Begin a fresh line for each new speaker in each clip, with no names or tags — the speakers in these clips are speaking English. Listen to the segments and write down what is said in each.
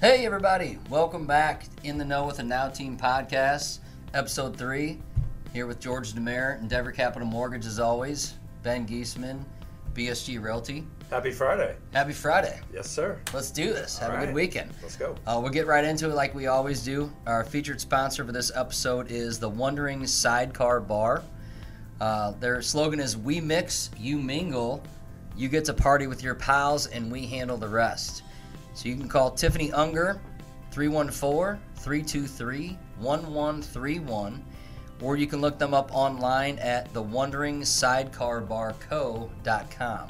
Hey, everybody. Welcome back in the Know with the Now Team podcast, episode three. Here with George Demare, Endeavor Capital Mortgage, as always, Ben Geisman, BSG Realty.
Happy Friday.
Happy Friday.
Yes, sir.
Let's do this. Have a
right.
good weekend.
Let's go.
Uh, we'll get right into it like we always do. Our featured sponsor for this episode is the Wondering Sidecar Bar. Uh, their slogan is We mix, you mingle, you get to party with your pals, and we handle the rest. So you can call Tiffany Unger 314 323 1131, or you can look them up online at thewonderingsidecarbarco.com.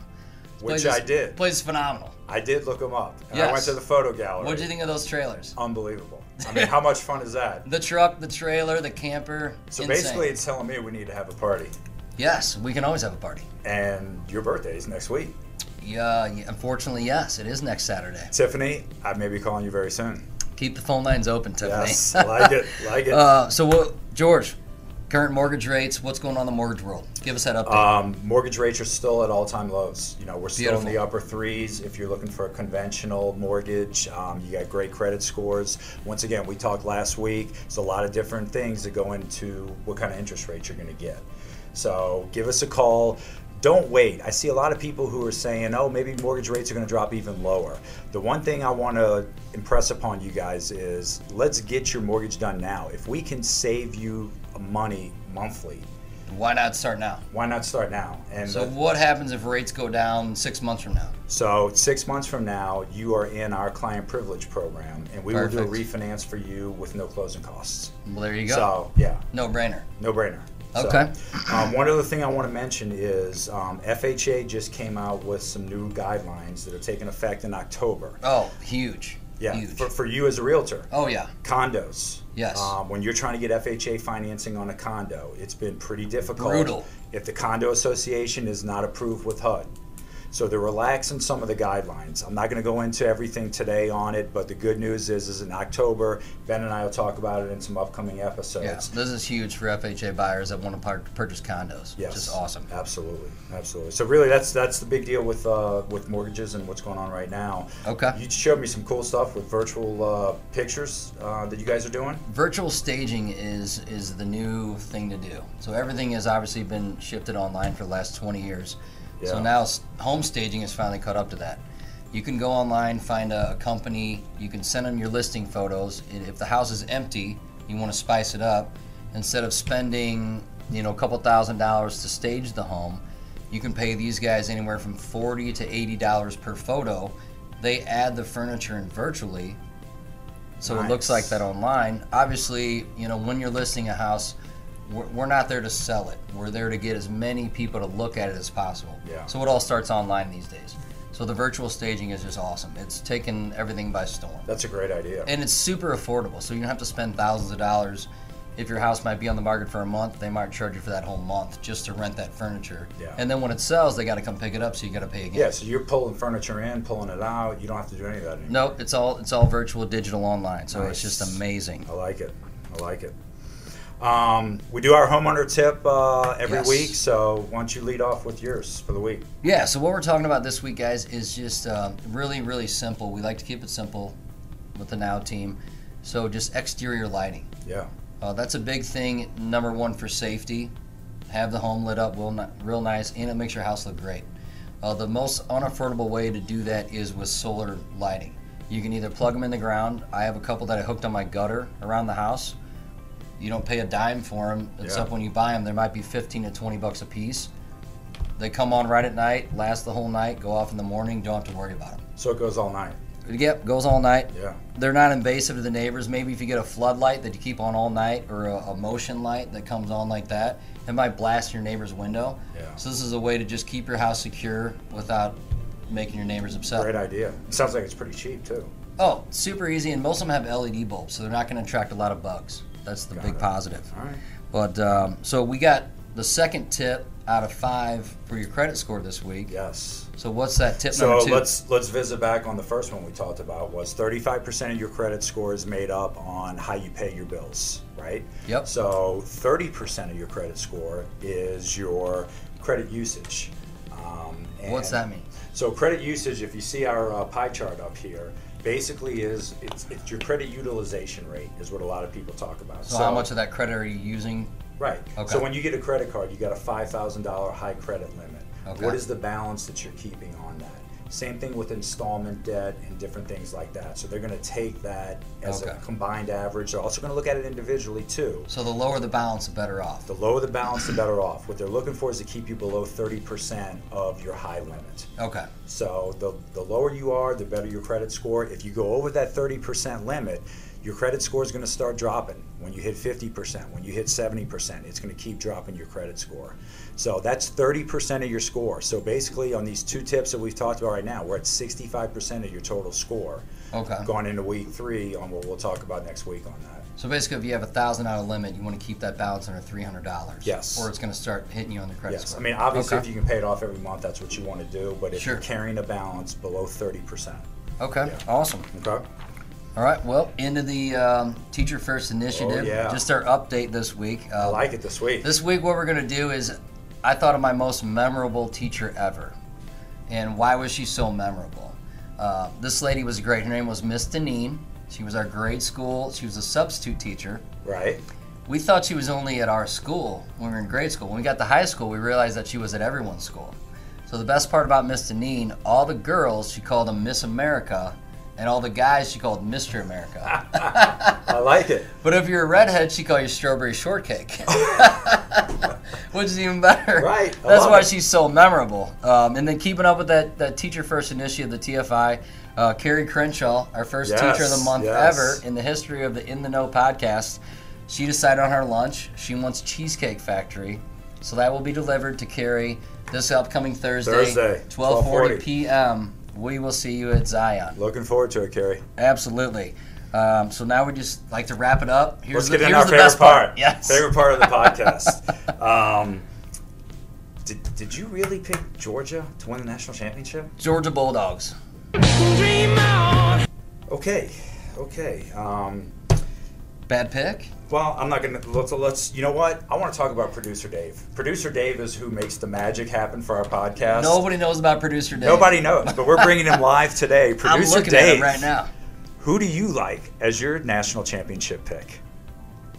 Which
Place is-
I did.
Place is phenomenal.
I did look them up. And I
Yes.
went to the photo gallery.
What did you think of those trailers?
Unbelievable. I mean, how much fun is that?
The truck, the trailer, the camper.
So
insane.
basically, it's telling me we need to have a party.
yes, we can always have a party.
And your birthday is next week.
Yeah, yeah, unfortunately, yes, it is next Saturday.
Tiffany, I may be calling you very soon.
Keep the phone lines open, Tiffany.
Yes, like it, like it.
Uh, so, what, George, current mortgage rates, what's going on in the mortgage world? Give us that update.
Um, mortgage rates are still at all-time lows. You know, we're still in the
Beautiful.
upper threes. If you're looking for a conventional mortgage, um, you got great credit scores. Once again, we talked last week. There's a lot of different things that go into what kind of interest rate you're going to get. So give us a call. Don't wait. I see a lot of people who are saying, "Oh, maybe mortgage rates are going to drop even lower." The one thing I want to impress upon you guys is, let's get your mortgage done now. If we can save you money monthly,
Why not start now?
why not start now? And
So,
the-
what happens if rates go down six months from now?
So six months from now, you are in our client privilege program, and we will do a
Perfect.
refinance for you with no closing costs.
Well, there you go.
So yeah,
no brainer.
no brainer.
Okay.
So, um, one other thing I want to mention is um, FHA just came out with some new guidelines that are taking effect in October.
Oh, huge.
Yeah,
Huge.
for, for you as a realtor
oh, yeah.
condos.
Yes.
Um, when you're trying to get FHA financing on a condo, it's been pretty difficult.
Brutal.
If the condo association is not approved with HUD. So they're relaxing some of the guidelines. I'm not going to go into everything today on it, but the good news is, is in October, Ben and I will talk about it in some upcoming episodes.
Yeah, so this is huge for FHA buyers that want to par- purchase condos.
Yes.
Which is awesome.
Absolutely, absolutely. So really, that's that's the big deal with uh, with mortgages and what's going on right now.
Okay.
You showed me some cool stuff with virtual uh, pictures uh, that you guys are doing.
virtual staging is is the new thing to do. So everything has obviously been shifted online for the last 20 years. So
Yeah.
now s- home staging has finally caught up to that. You can go online, find a, a company, you can send them your listing photos. And If the house is empty, you want to spice it up. Instead of spending, you know, a couple thousand dollars to stage the home, you can pay these guys anywhere from 40 to 80 dollars per photo. They add the furniture in virtually, so it looks like
Nice.
that online. Obviously, you know, when you're listing a house, we're, we're not there to sell it. We're there to get as many people to look at it as possible.
Yeah.
So it all starts online these days. So the virtual staging is just awesome. It's taken everything by storm.
That's a great idea.
And it's super affordable. So you don't have to spend thousands of dollars. If your house might be on the market for a month, they might charge you for that whole month just to rent that furniture.
Yeah.
And then when it sells, they got to come pick it up, so you got to pay again.
Yeah, so you're pulling furniture in, pulling it out. You don't have to do any of that anymore.
Nope, it's all it's all virtual, digital, online. So it's
Nice.
just amazing.
I like it. I like it. Um, we do our homeowner tip uh, every
Yes.
week, so why don't you lead off with yours for the week?
Yeah, so what we're talking about this week, guys, is just uh, really, really simple. We like to keep it simple with the Now team. So just exterior lighting.
Yeah,
Uh, that's a big thing, number one, for safety. Have the home lit up real, ni- real nice, and it makes your house look great. Uh, the most unaffordable way to do that is with solar lighting. You can either plug them in the ground. I have a couple that I hooked on my gutter around the house. You don't pay a dime for them, except
Yeah.
when you buy them, there might be 15 to 20 bucks a piece. They come on right at night, last the whole night, go off in the morning, don't have to worry about them.
so it goes all night.
Yep, goes all night
Yeah,
they're not invasive to the neighbors. Maybe if you get a floodlight that you keep on all night or a, a motion light that comes on like that, it might blast your neighbor's window.
Yeah.
So this is a way to just keep your house secure without making your neighbors upset.
great idea. It sounds like it's pretty cheap too.
Oh, super easy, and most of them have LED bulbs, so they're not going to attract a lot of bugs. That's the
Got
big
it.
positive.
All right.
But um, so we got the second tip out of five for your credit score this week.
Yes.
So what's that tip
So
number 2
let's let's visit back on the first one we talked about was 35% of your credit score is made up on how you pay your bills, right?
Yep.
So 30% of your credit score is your credit usage. Um, and
What's that mean?
So credit usage, if you see our uh, pie chart up here, basically is it's, it's your credit utilization rate is what a lot of people talk about.
So, how much of that credit are you using?
Right.
Okay.
So when you get a credit card, you got a five thousand dollar high credit limit.
Okay.
What is the balance that you're keeping on that? Same thing with installment debt and different things like that. So they're going to take that as
Okay.
a combined average. They're also going to look at it individually too.
So the lower the balance, the better off.
The lower the balance, the better off. What they're looking for is to keep you below 30% of your high limit.
Okay.
So the, the lower you are, the better your credit score. If you go over that 30% limit, your credit score is going to start dropping. When you hit 50%, when you hit 70%, it's going to keep dropping your credit score. So that's 30% of your score. So basically, on these two tips that we've talked about right now, we're at 65% of your total score
Okay.
going into week three on what we'll talk about next week on that.
So basically, if you have a thousand dollar limit, you want to keep that balance under three hundred dollars.
Yes.
Or it's going to start hitting you on the credit
Yes, I
score.
mean, obviously,
Okay.
if you can pay it off every month, that's what you want to do. But if
Sure.
you're carrying a balance below 30%,
okay.
yeah.
Awesome.
okay?
All right. Well, into the um, teacher first initiative.
Oh, yeah.
Just our update this week. Uh,
I like it this week.
This week, what we're going to do is I thought of my most memorable teacher ever. And why was she so memorable? Uh, this lady was great. Her name was Miss Deneen. She was our grade school, she was a substitute teacher.
right?
We thought she was only at our school when we were in grade school. When we got to high school, we realized that she was at everyone's school. So the best part about Miss Deneen, all the girls, she called them Miss America, and all the guys, she called Mr. America.
I like it.
But if you're a redhead, she call you strawberry shortcake, which is even better.
Right, I
That's
love
why
it.
she's so memorable. Um, and then keeping up with that, that teacher first initiative, the TFI, uh, Carrie Crenshaw, our first
Yes,
teacher of the month
yes.
ever in the history of the In the Know podcast. She decided on her lunch. She wants Cheesecake Factory, so that will be delivered to Carrie this upcoming Thursday,
Thursday,
12:40
12:40.
p.m. We will see you at Zion.
Looking forward to it, Kerry.
Absolutely. Um, so now we just like to wrap it up. Here's
Let's get
the,
in
here's
our
the
favorite
best part.
part.
Yes.
Favorite part of the podcast. um, did, did you really pick Georgia to win the national championship?
Georgia Bulldogs.
Okay, okay. Um,
Bad pick.
well, I'm not gonna let's, let's. You know what? I want to talk about producer Dave. Producer Dave is who makes the magic happen for our podcast.
Nobody knows about producer Dave.
Nobody knows, but we're bringing him live today.
I'm
Producer
looking
Dave,
at him right now.
who do you like as your national championship pick?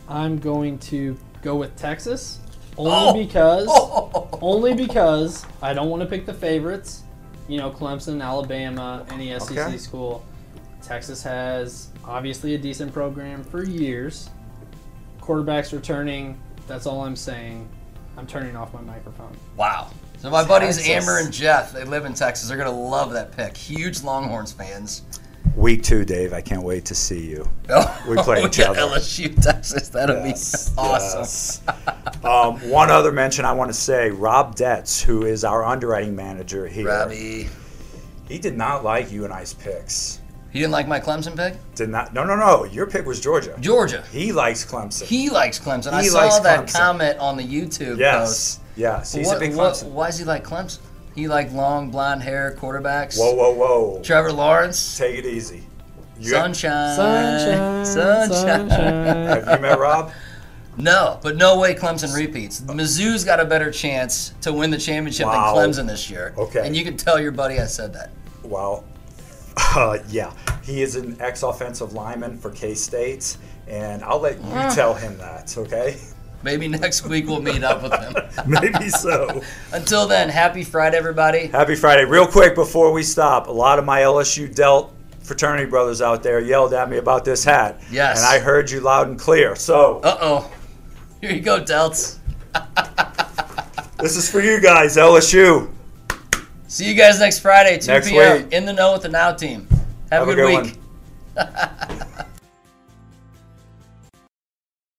I'm going to go with Texas
Oh!
only because
Oh,
only because I don't want to pick the favorites. You know, Clemson, Alabama, any SEC
Okay.
school. Texas has obviously a decent program for years. Quarterbacks returning. That's all I'm saying. I'm turning off my microphone.
wow. So my buddies
Texas.
Amber and Jeff, they live in Texas. They're gonna love that pick. Huge Longhorns fans.
Week two, Dave. I can't wait to see you.
Oh,
We play each
yeah,
other.
LSU, Texas. That'll
Yes,
be awesome.
yes. um, one other mention I want to say: Rob Detz, who is our underwriting manager here,
Robbie.
he did not like you and I's picks.
He didn't like my Clemson pick.
Did not. No, no, no. Your pick was Georgia.
Georgia.
He likes Clemson.
He likes Clemson. I
He
saw
likes
that
Clemson.
comment on the YouTube post.
yes, yes. He's
What-
a big
what-
Clemson.
why does he like Clemson? He like long blonde hair quarterbacks.
Whoa, whoa, whoa!
Trevor Lawrence,
Take it easy. You,
sunshine,
Sunshine,
sunshine.
sunshine.
Have you met Rob?
No, but no way Clemson repeats. Mizzou's got a better chance to win the championship
Wow.
than Clemson this year.
Okay.
and you can tell your buddy I said that.
Well, uh, yeah, he is an ex-offensive lineman for K-State, and I'll let
Ah.
you tell him that. Okay?
Maybe next week we'll meet up with him.
Maybe so.
Until then, happy Friday, everybody.
Happy Friday. Real quick before we stop, a lot of my LSU Delt fraternity brothers out there yelled at me about this hat.
Yes.
And I heard you loud and clear. So
Uh oh, here you go, Delts.
this is for you guys, LSU.
See you guys next Friday, 2
Next
p.m.
week.
In the know with the now team. Have,
Have
a
a
good
good
week.
one.